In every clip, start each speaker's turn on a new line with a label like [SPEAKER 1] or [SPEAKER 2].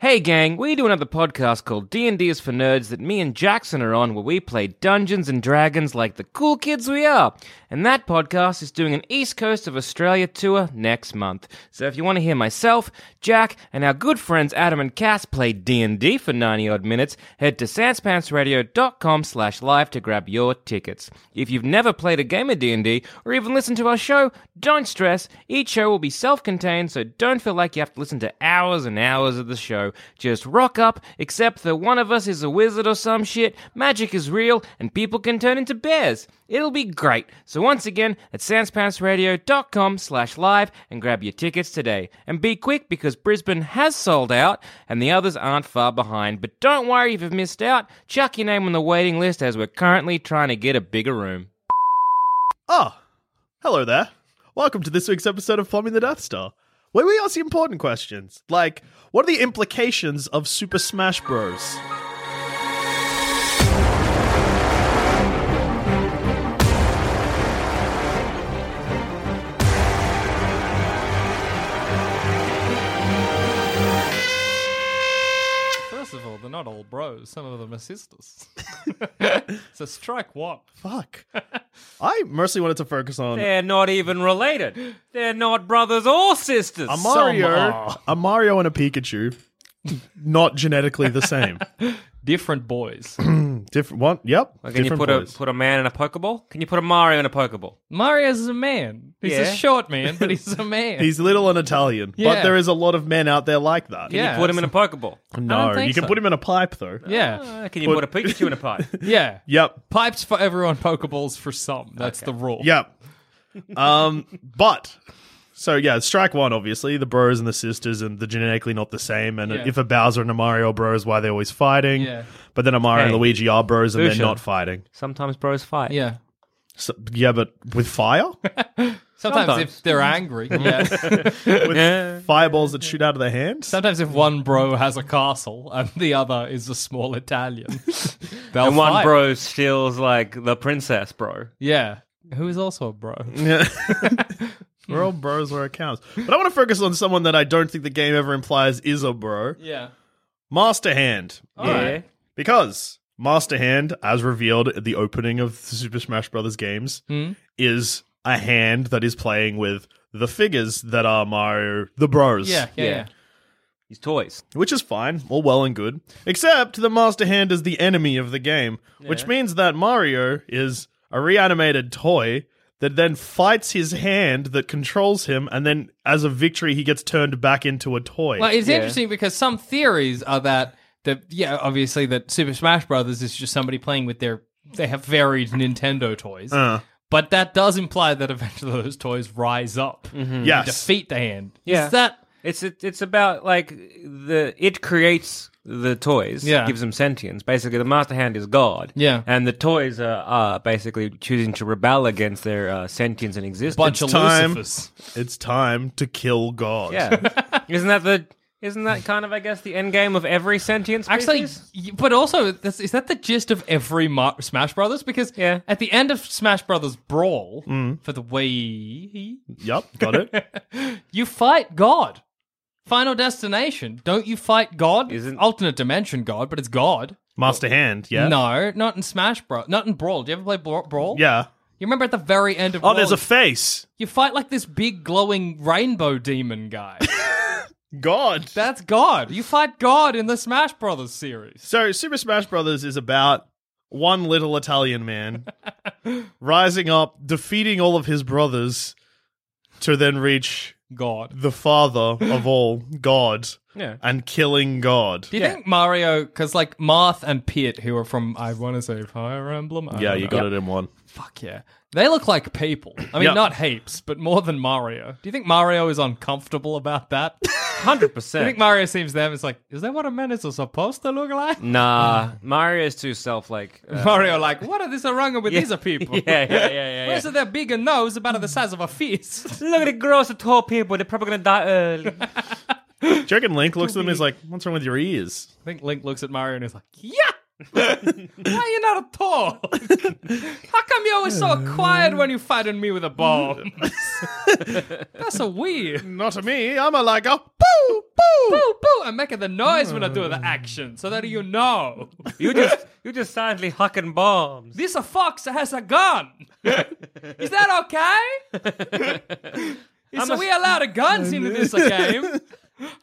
[SPEAKER 1] Hey gang, we do another podcast called D&D is for Nerds that me and Jackson are on where we play Dungeons and Dragons like the cool kids we are. And that podcast is doing an East Coast of Australia tour next month. So if you want to hear myself, Jack, and our good friends Adam and Cass play D&D for 90 odd minutes, head to sanspantsradio.com slash live to grab your tickets. If you've never played a game of D&D or even listened to our show, don't stress. Each show will be self-contained, so don't feel like you have to listen to hours and hours of the show. Just rock up, except that one of us is a wizard or some shit, magic is real, and people can turn into bears. It'll be great. So once again, at sanspantsradio.com slash live and grab your tickets today. And be quick because Brisbane has sold out and the others aren't far behind. But don't worry if you've missed out, chuck your name on the waiting list as we're currently trying to get a bigger room.
[SPEAKER 2] Oh, hello there. Welcome to this week's episode of Plumbing the Death Star, where we ask the important questions, like what are the implications of Super Smash Bros?
[SPEAKER 3] First of all, they're not all bros. Some of them are sisters. so strike one.
[SPEAKER 2] Fuck. I mostly wanted to focus on
[SPEAKER 1] They're not even related. They're not brothers or sisters.
[SPEAKER 2] a Mario, a Mario and a Pikachu, not genetically the same.
[SPEAKER 3] Different boys.
[SPEAKER 2] different one. Yep.
[SPEAKER 1] Like, can you
[SPEAKER 2] different
[SPEAKER 1] put
[SPEAKER 2] boys.
[SPEAKER 1] a put a man in a Pokeball? Can you put a Mario in a Pokeball?
[SPEAKER 3] Mario's a man. He's
[SPEAKER 1] Yeah.
[SPEAKER 3] a short man, but he's a man.
[SPEAKER 2] He's little and Italian, but
[SPEAKER 3] Yeah.
[SPEAKER 2] there is a lot of men out there like that.
[SPEAKER 3] Yeah.
[SPEAKER 1] Put him in a Pokeball.
[SPEAKER 2] No,
[SPEAKER 3] think
[SPEAKER 2] you can
[SPEAKER 3] so.
[SPEAKER 2] put him in a pipe though.
[SPEAKER 3] yeah.
[SPEAKER 1] Uh, can you put, a Pikachu in a pipe?
[SPEAKER 3] Yeah.
[SPEAKER 2] Yep.
[SPEAKER 3] Pipes for everyone, Pokeballs for some. That's the rule.
[SPEAKER 2] Yep. Um, but so yeah, strike one. Obviously, the bros and the sisters, and the genetically not the same. And
[SPEAKER 3] Yeah.
[SPEAKER 2] if a Bowser and a Mario are bros, why they're always fighting.
[SPEAKER 3] Yeah.
[SPEAKER 2] But then a Mario
[SPEAKER 1] Hey,
[SPEAKER 2] and Luigi are bros, and
[SPEAKER 1] Lucia.
[SPEAKER 2] they're not fighting.
[SPEAKER 1] Sometimes bros fight.
[SPEAKER 3] Yeah.
[SPEAKER 2] So, yeah, but with fire,
[SPEAKER 3] Sometimes,
[SPEAKER 1] Sometimes.
[SPEAKER 3] if they're angry. Yeah.
[SPEAKER 2] with fireballs that shoot out of their hands.
[SPEAKER 3] Sometimes if one bro has a castle and the other is a small Italian. they'll
[SPEAKER 1] And one
[SPEAKER 3] fight.
[SPEAKER 1] bro steals like the princess, bro.
[SPEAKER 3] Yeah. Who is also a bro.
[SPEAKER 2] Yeah. We're all bros where it counts. But I want to focus on someone that I don't think the game ever implies is a bro.
[SPEAKER 3] Yeah.
[SPEAKER 2] Master Hand.
[SPEAKER 1] yeah.
[SPEAKER 2] Because Master Hand, as revealed at the opening of the Super Smash Bros. games,
[SPEAKER 3] Hmm?
[SPEAKER 2] is a hand that is playing with the figures that are Mario, the bros.
[SPEAKER 3] Yeah. Yeah.
[SPEAKER 1] Yeah.
[SPEAKER 3] yeah.
[SPEAKER 1] He's toys.
[SPEAKER 2] Which is fine, all well and good. Except the Master Hand is the enemy of the game, which means that Mario is a reanimated toy that then fights his hand that controls him, and then as a victory, he gets turned back into a toy.
[SPEAKER 3] Well, it's interesting because some theories are that the yeah, obviously that Super Smash Brothers is just somebody playing with their they have varied Nintendo toys,
[SPEAKER 2] Uh,
[SPEAKER 3] but that does imply that eventually those toys rise up,
[SPEAKER 2] yes.
[SPEAKER 3] defeat the hand.
[SPEAKER 1] Mm-hmm. Yeah.
[SPEAKER 3] Is that
[SPEAKER 1] It's it, it's about like the it creates the toys,
[SPEAKER 3] Yeah.
[SPEAKER 1] gives them sentience. Basically, the master hand is God,
[SPEAKER 3] Yeah.
[SPEAKER 1] and the toys are, are basically choosing to rebel against their uh, sentience and existence.
[SPEAKER 3] bunch of
[SPEAKER 2] time.
[SPEAKER 3] Lucifers?
[SPEAKER 2] It's time to kill God.
[SPEAKER 1] yeah, isn't that the isn't that kind of I guess the end game of every sentient species?
[SPEAKER 3] Actually, y- but also, this, is that the gist of every Mar- Smash Brothers? Because
[SPEAKER 1] Yeah. Mm.
[SPEAKER 3] at the end of Smash Brothers Brawl for the Wii,
[SPEAKER 2] Yep, got it.
[SPEAKER 3] you fight God. Final Destination. Don't you fight God?
[SPEAKER 1] Isn't-
[SPEAKER 3] alternate dimension God, but it's God.
[SPEAKER 2] Master Hand, yeah.
[SPEAKER 3] No, not in Smash Bros. Not in Brawl. Do you ever play Bra- Brawl?
[SPEAKER 2] Yeah.
[SPEAKER 3] You remember at the very end of
[SPEAKER 2] Oh,
[SPEAKER 3] Brawl,
[SPEAKER 2] there's a face.
[SPEAKER 3] you fight like this big glowing rainbow demon guy.
[SPEAKER 2] God.
[SPEAKER 3] That's God. You fight God in the Smash Brothers series.
[SPEAKER 2] So Super Smash Brothers is about one little Italian man rising up, defeating all of his brothers to then reach
[SPEAKER 3] God.
[SPEAKER 2] the father of all, God,
[SPEAKER 1] Yeah.
[SPEAKER 2] and killing God.
[SPEAKER 3] Do you think Mario? Because like Marth and Pit, who are from I want to say Fire Emblem. I
[SPEAKER 2] Yeah,
[SPEAKER 3] don't
[SPEAKER 2] you
[SPEAKER 3] know.
[SPEAKER 2] got it in one.
[SPEAKER 3] Fuck yeah. They look like people. I mean,
[SPEAKER 2] Yeah.
[SPEAKER 3] not heaps, but more than Mario. Do you think Mario is uncomfortable about that? Do
[SPEAKER 1] Hundred
[SPEAKER 3] you think
[SPEAKER 1] percent.
[SPEAKER 3] Mario seems them? It's like, is that what a menace is supposed to look like?
[SPEAKER 1] Nah, Mario's too self-like. uh,
[SPEAKER 3] Mario, like, what are this oranga with these are people?
[SPEAKER 1] yeah, yeah, yeah, yeah. yeah.
[SPEAKER 3] Where's their bigger nose about the size of a fist?
[SPEAKER 1] Look at the gross and tall people. They're probably gonna die early.
[SPEAKER 2] Do you reckon Link looks at them and is like, what's wrong with your ears?
[SPEAKER 3] I think Link looks at Mario and is like, yeah! Why are you not a talk? How come you're always so quiet when you fighting me with a bomb? That's so weird.
[SPEAKER 2] Not me. I'm a like a boo, boo.
[SPEAKER 3] Boo, boo! I'm making the noise when I do the action so that you know.
[SPEAKER 1] you just you just silently hucking bombs.
[SPEAKER 3] This a fox that has a gun. Is that okay? Is we allowed guns into this game?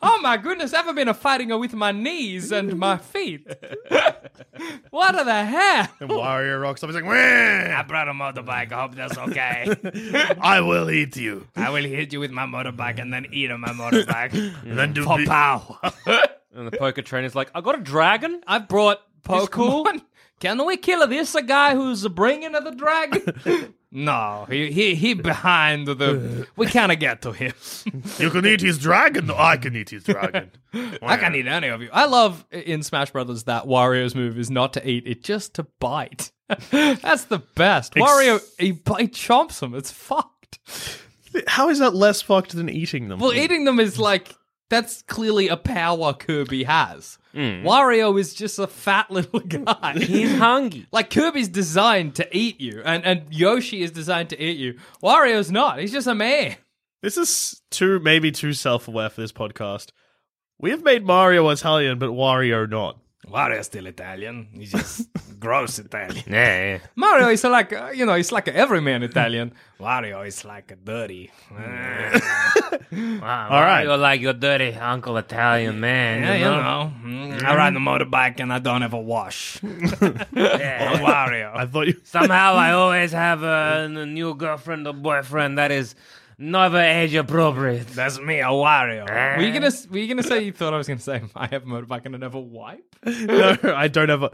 [SPEAKER 3] Oh my goodness, I've been a fighting with my knees and my feet. What are the hell?
[SPEAKER 2] And Warrior rocks up. He's like, "Wah,
[SPEAKER 3] brought a motorbike, I hope that's okay.
[SPEAKER 2] I will eat you.
[SPEAKER 3] I will hit you with my motorbike and then eat on my motorbike.
[SPEAKER 2] And then do be-
[SPEAKER 3] pow.
[SPEAKER 1] And the poker trainer's like, I got a dragon.
[SPEAKER 3] I've brought
[SPEAKER 2] Oh,
[SPEAKER 3] Pokemon. Can we kill this a guy who's bringing the dragon? no, he he he behind the. We can't get to him.
[SPEAKER 2] you can eat his dragon. I can eat his dragon.
[SPEAKER 3] I can eat any of you. I love in Smash Brothers that Wario's move is not to eat it, just to bite. That's the best. Wario he, he chomps them. It's fucked.
[SPEAKER 2] How is that less fucked than eating them?
[SPEAKER 3] Well, eating them is like that's clearly a power Kirby has. Wario is just a fat little guy.
[SPEAKER 1] He's hungry.
[SPEAKER 3] Like Kirby's designed to eat you, and, and Yoshi is designed to eat you. Wario's not. He's just a man.
[SPEAKER 2] This is too maybe too self-aware for this podcast. We have made Mario Italian, but Wario not.
[SPEAKER 3] Wario's still Italian. He's just gross Italian.
[SPEAKER 1] Yeah.
[SPEAKER 3] Mario is like uh, you know, he's like an everyman Italian. Wario is like a dirty.
[SPEAKER 1] Wow,
[SPEAKER 2] All right.
[SPEAKER 1] You're like your dirty uncle Italian man.
[SPEAKER 3] Yeah,
[SPEAKER 1] you know?
[SPEAKER 3] Mm-hmm. I ride the motorbike and I don't have a wash.
[SPEAKER 1] Yeah.
[SPEAKER 3] Wario.
[SPEAKER 2] I thought you.
[SPEAKER 1] Somehow I always have a, a new girlfriend or boyfriend that is never age appropriate.
[SPEAKER 3] That's me, a Wario. Were you gonna were you gonna say you thought I was gonna say I have a motorbike and I never wipe?
[SPEAKER 2] No, I don't have a.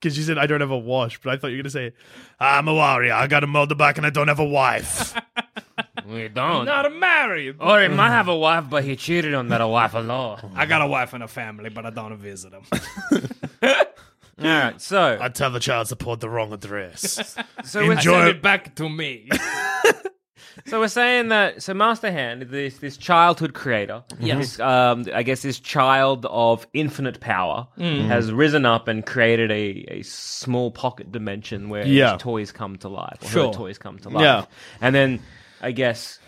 [SPEAKER 2] Because you said I don't have a wash, but I thought you were gonna say, "I'm a Wario. I got a motorbike and I don't have a wife."
[SPEAKER 1] We don't.
[SPEAKER 3] married.
[SPEAKER 4] Oh,
[SPEAKER 1] or he might have a wife, but he cheated on that wife a lot.
[SPEAKER 3] I got a wife and a family, but I don't visit them.
[SPEAKER 1] All right, so
[SPEAKER 2] I tell the child support the wrong address.
[SPEAKER 1] so we're,
[SPEAKER 2] enjoy-
[SPEAKER 3] Send it back to me.
[SPEAKER 1] so we're saying that so Master Hand, this this childhood creator, this, um, I guess this child of infinite power,
[SPEAKER 2] Mm.
[SPEAKER 1] has risen up and created a, a small pocket dimension where
[SPEAKER 2] Yeah.
[SPEAKER 1] his toys come to life, or her
[SPEAKER 3] Sure.
[SPEAKER 1] toys come to life,
[SPEAKER 2] Yeah.
[SPEAKER 1] and then I guess.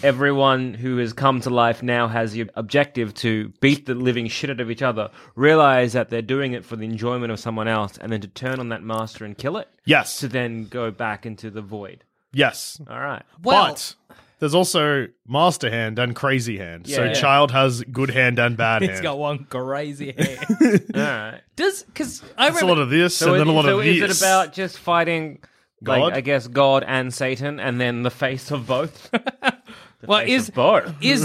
[SPEAKER 1] Everyone who has come to life now has the objective to beat the living shit out of each other, realize that they're doing it for the enjoyment of someone else, and then to turn on that master and kill it.
[SPEAKER 2] yes,
[SPEAKER 1] to then go back into the void.
[SPEAKER 2] yes.
[SPEAKER 1] All right.
[SPEAKER 3] Well-
[SPEAKER 2] but there's also Master Hand and Crazy Hand. so
[SPEAKER 1] Yeah.
[SPEAKER 2] child has good hand and bad
[SPEAKER 3] He's
[SPEAKER 2] hand.
[SPEAKER 3] got one crazy hair.
[SPEAKER 1] All right.
[SPEAKER 3] Does because I
[SPEAKER 2] It's a
[SPEAKER 3] remember
[SPEAKER 2] lot of this
[SPEAKER 1] So,
[SPEAKER 2] and
[SPEAKER 1] is,
[SPEAKER 2] then a lot
[SPEAKER 1] so
[SPEAKER 2] of
[SPEAKER 1] is
[SPEAKER 2] this.
[SPEAKER 1] it about just fighting,
[SPEAKER 2] God?
[SPEAKER 1] like, I guess, God and Satan, and then the face of both?
[SPEAKER 3] well
[SPEAKER 1] Face
[SPEAKER 3] is
[SPEAKER 1] of both.
[SPEAKER 3] is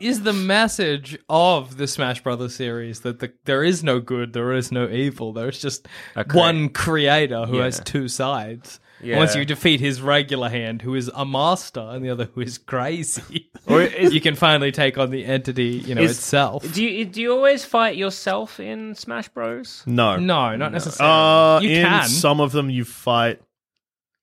[SPEAKER 3] is the message of the Smash Brothers series that the, there is no good, there is no evil, there is just
[SPEAKER 1] crea-
[SPEAKER 3] one creator who has
[SPEAKER 1] Yeah.
[SPEAKER 3] two sides.
[SPEAKER 1] Yeah.
[SPEAKER 3] Once you defeat his regular hand, who is a master, and the other who is crazy,
[SPEAKER 1] Or is-
[SPEAKER 3] you can finally take on the entity, you know,
[SPEAKER 1] Is-
[SPEAKER 3] itself.
[SPEAKER 1] Do you do you always fight yourself in Smash Bros?
[SPEAKER 2] no,
[SPEAKER 3] no, not necessarily.
[SPEAKER 2] Uh,
[SPEAKER 3] you
[SPEAKER 2] in
[SPEAKER 3] can.
[SPEAKER 2] some of them you fight.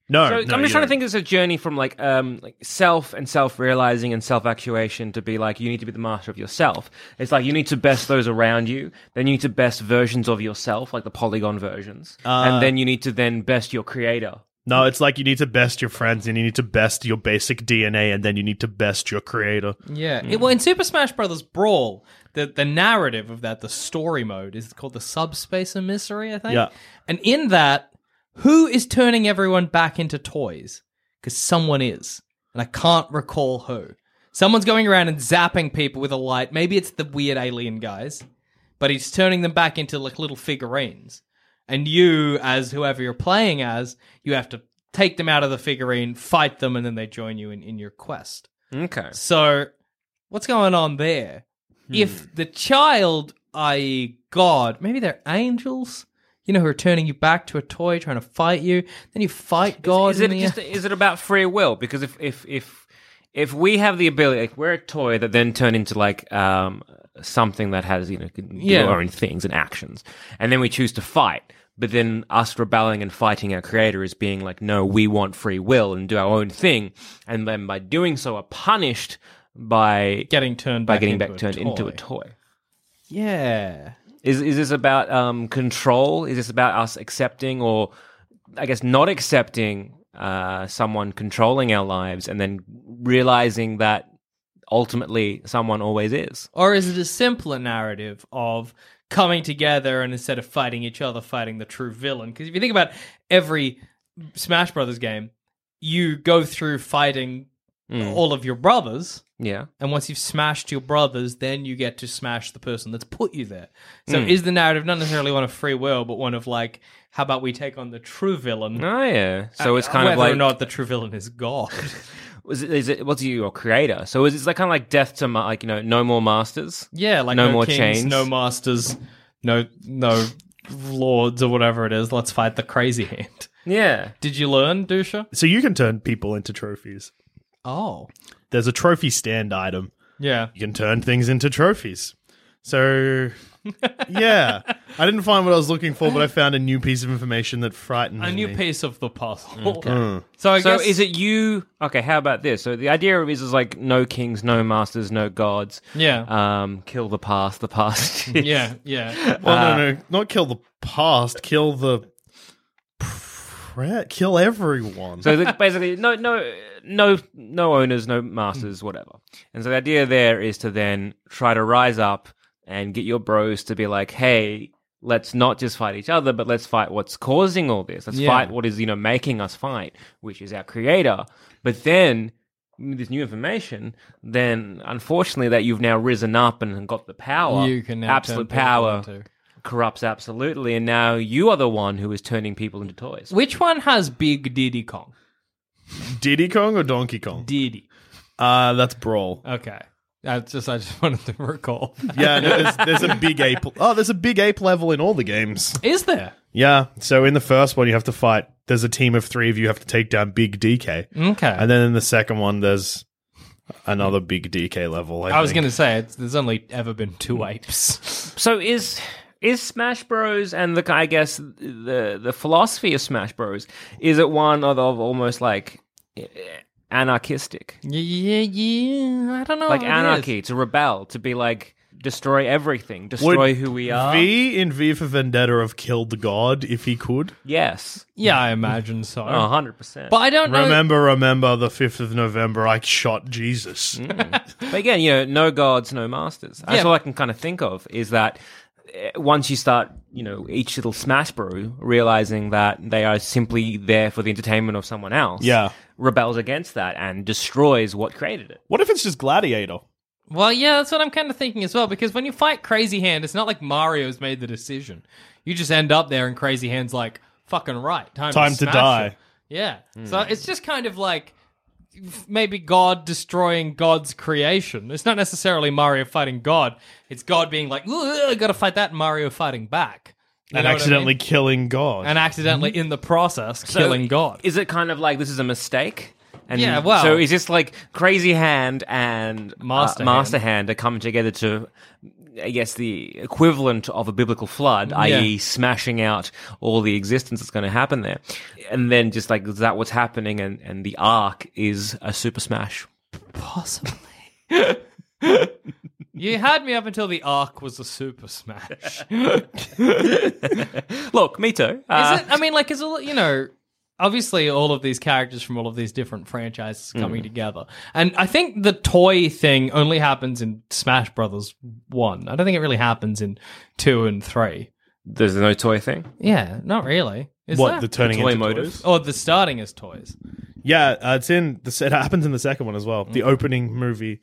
[SPEAKER 2] No,
[SPEAKER 1] So
[SPEAKER 2] no,
[SPEAKER 1] I'm just
[SPEAKER 2] you
[SPEAKER 1] trying
[SPEAKER 2] don't.
[SPEAKER 1] to think. It's a journey from like um like self and self realizing and self actuation to be like you need to be the master of yourself. It's like you need to best those around you. Then you need
[SPEAKER 2] Uh,
[SPEAKER 1] to best versions of yourself, like the polygon versions, and then you need to then best your creator.
[SPEAKER 2] No, it's like you need to best your friends and you need to best your basic DNA and then you need to best your creator.
[SPEAKER 3] Yeah. It- well, in Super Smash Brothers Brawl, the, the narrative of that, the story mode, is called the subspace of mystery, I think.
[SPEAKER 2] Yeah.
[SPEAKER 3] And in that, who is turning everyone back into toys? Because someone is. And I can't recall who. Someone's going around and zapping people with a light. Maybe it's the weird alien guys, but he's turning them back into like little figurines. And you, as whoever you're playing as, you have to take them out of the figurine, fight them, and then they join you in, in your quest.
[SPEAKER 1] Okay.
[SPEAKER 3] So, what's going on there?
[SPEAKER 1] Hmm.
[SPEAKER 3] If the child, i.e., God, maybe they're angels, you know, who are turning you back to a toy, trying to fight you, then you fight God.
[SPEAKER 1] Is it
[SPEAKER 3] in the
[SPEAKER 1] just? Is it about free will? Because if if if if we have the ability, like we're a toy that then turn into like um something that has you know can do
[SPEAKER 3] Yeah.
[SPEAKER 1] our own things and actions, and then we choose to fight. But then us rebelling and fighting our creator is being like, no, we want free will and do our own thing, and then by doing so are punished by
[SPEAKER 3] getting turned
[SPEAKER 1] by
[SPEAKER 3] back
[SPEAKER 1] getting
[SPEAKER 3] into
[SPEAKER 1] back
[SPEAKER 3] a
[SPEAKER 1] turned into
[SPEAKER 3] toy.
[SPEAKER 1] a toy.
[SPEAKER 3] Yeah.
[SPEAKER 1] Is is this about um, control? Is this about us accepting or, I guess, not accepting uh, someone controlling our lives and then realizing that ultimately someone always is?
[SPEAKER 3] Or is it a simpler narrative of coming together and instead of fighting each other, fighting the true villain? Because if you think about every Smash Brothers game, you go through fighting
[SPEAKER 1] Hmm.
[SPEAKER 3] all of your brothers.
[SPEAKER 1] Yeah.
[SPEAKER 3] And once you've smashed your brothers, then you get to smash the person that's put you there. So is the narrative not necessarily one of free will, but one of like, how about we take on the true villain?
[SPEAKER 1] Oh yeah. So it's kind
[SPEAKER 3] Uh, Whether
[SPEAKER 1] of like
[SPEAKER 3] or not the true villain is God.
[SPEAKER 1] was it, is it what's you your creator? So is it like kind of like death to ma- like you know no more masters?
[SPEAKER 3] Yeah, like
[SPEAKER 1] No
[SPEAKER 3] no,
[SPEAKER 1] more
[SPEAKER 3] kings,
[SPEAKER 1] chains.
[SPEAKER 3] no masters, no no lords or whatever it is. Let's fight the crazy hand.
[SPEAKER 1] Yeah.
[SPEAKER 3] Did you learn, Dusha?
[SPEAKER 2] So you can turn people into trophies.
[SPEAKER 3] Oh,
[SPEAKER 2] There's a trophy stand item.
[SPEAKER 3] yeah.
[SPEAKER 2] You can turn things into trophies. So yeah. I didn't find what I was looking for, but I found a new piece of information that frightened me.
[SPEAKER 3] A new piece of the puzzle. So I
[SPEAKER 1] So
[SPEAKER 3] guess
[SPEAKER 1] is it you? Okay, how about this? So the idea is is like no kings, no masters, no gods.
[SPEAKER 3] Yeah.
[SPEAKER 1] Um, kill the past. The past.
[SPEAKER 3] Yeah, yeah.
[SPEAKER 2] Well,
[SPEAKER 1] Ah.
[SPEAKER 2] no, no, not kill the past. Kill the pre- kill everyone.
[SPEAKER 1] So the, basically, no, no, no, no owners, no
[SPEAKER 3] Hmm.
[SPEAKER 1] masters, whatever. And so the idea there is to then try to rise up and get your bros to be like, hey, let's not just fight each other, but let's fight what's causing all this. Let's
[SPEAKER 3] Yeah.
[SPEAKER 1] fight what is you know making us fight, which is our creator. But then with this new information, then unfortunately, that you've now risen up and got the power,
[SPEAKER 3] You can now turn
[SPEAKER 1] absolute
[SPEAKER 3] people
[SPEAKER 1] power.
[SPEAKER 3] into-
[SPEAKER 1] Corrupts absolutely, and now you are the one who is turning people into toys.
[SPEAKER 3] Which one has Big Diddy Kong?
[SPEAKER 2] Diddy Kong or Donkey Kong?
[SPEAKER 3] Diddy.
[SPEAKER 2] Uh, that's Brawl.
[SPEAKER 3] Okay. I just I just wanted to recall.
[SPEAKER 2] Yeah, no, there's, there's a big ape. Oh, there's a big ape level in all the games.
[SPEAKER 3] Is there?
[SPEAKER 2] Yeah. So in the first one, you have to fight. There's a team of three of you have to take down Big DK,
[SPEAKER 3] Okay.
[SPEAKER 2] and then in the second one, there's another Big DK level. I,
[SPEAKER 3] I Hmm. was
[SPEAKER 2] think.
[SPEAKER 3] going to say it's, there's only ever been two apes.
[SPEAKER 1] So is is Smash Bros and the I guess the the philosophy of Smash Bros is it one of, of almost like eh, anarchistic,
[SPEAKER 3] yeah, yeah, yeah. I don't know.
[SPEAKER 1] like
[SPEAKER 3] if Oh, it is.
[SPEAKER 1] anarchy to rebel to be like destroy everything,
[SPEAKER 2] Would
[SPEAKER 1] destroy who we are.
[SPEAKER 2] V in V for Vendetta have killed God if he could.
[SPEAKER 1] yes,
[SPEAKER 3] Yeah, I imagine so.
[SPEAKER 1] hundred percent.
[SPEAKER 3] But I don't know.
[SPEAKER 2] Remember, remember the fifth of November, I shot Jesus.
[SPEAKER 1] But again, you know, no gods, no masters. That's
[SPEAKER 3] Yeah.
[SPEAKER 1] all I can kind of think of is that eh, once you start, you know, each little Smash Bro realizing that they are simply there for the entertainment of someone else,
[SPEAKER 2] Yeah.
[SPEAKER 1] rebels against that and destroys what created it.
[SPEAKER 2] What if it's just Gladiator?
[SPEAKER 3] Well, yeah, that's what I'm kind of thinking as well. Because when you fight Crazy Hand, it's not like Mario's made the decision. You just end up there, and Crazy Hand's like, "Fucking right, time,
[SPEAKER 2] Time to
[SPEAKER 3] smash
[SPEAKER 2] die."
[SPEAKER 3] it." Yeah. So it's just kind of like f- maybe God destroying God's creation. It's not necessarily Mario fighting God. It's God being like, "Ugh, "I got to fight that," and Mario fighting back, You
[SPEAKER 2] and
[SPEAKER 3] know what I
[SPEAKER 2] accidentally Mm-hmm.
[SPEAKER 3] mean?
[SPEAKER 2] killing God.
[SPEAKER 3] and accidentally in the process
[SPEAKER 1] So
[SPEAKER 3] killing God.
[SPEAKER 1] Is it kind of like this is a mistake? And
[SPEAKER 3] Yeah, well-
[SPEAKER 1] So is this like Crazy Hand and uh,
[SPEAKER 3] Master
[SPEAKER 1] Master Hand are coming together to, I guess, the equivalent of a biblical flood, i.e., smashing out all the existence that's going to happen there, and then just like is that what's happening, and and the arc is a Super Smash.
[SPEAKER 3] Possibly. you had me up until the arc was a super smash.
[SPEAKER 1] Look, me Uh, too. Uh,
[SPEAKER 3] Is it? I mean, like, is a lo- you know, obviously all of these characters from all of these different franchises coming together. And I think the toy thing only happens in Smash Brothers 1. I don't think it really happens in 2 and 3.
[SPEAKER 1] There's no toy thing.
[SPEAKER 3] Yeah, not really. Is
[SPEAKER 2] what
[SPEAKER 3] there?
[SPEAKER 2] the turning
[SPEAKER 1] toy
[SPEAKER 2] into
[SPEAKER 1] motive?
[SPEAKER 2] toys?
[SPEAKER 3] Or the starting as toys.
[SPEAKER 2] Yeah, uh, it's in. The, it happens in the second one as well. The
[SPEAKER 3] Mm-hmm.
[SPEAKER 2] opening movie.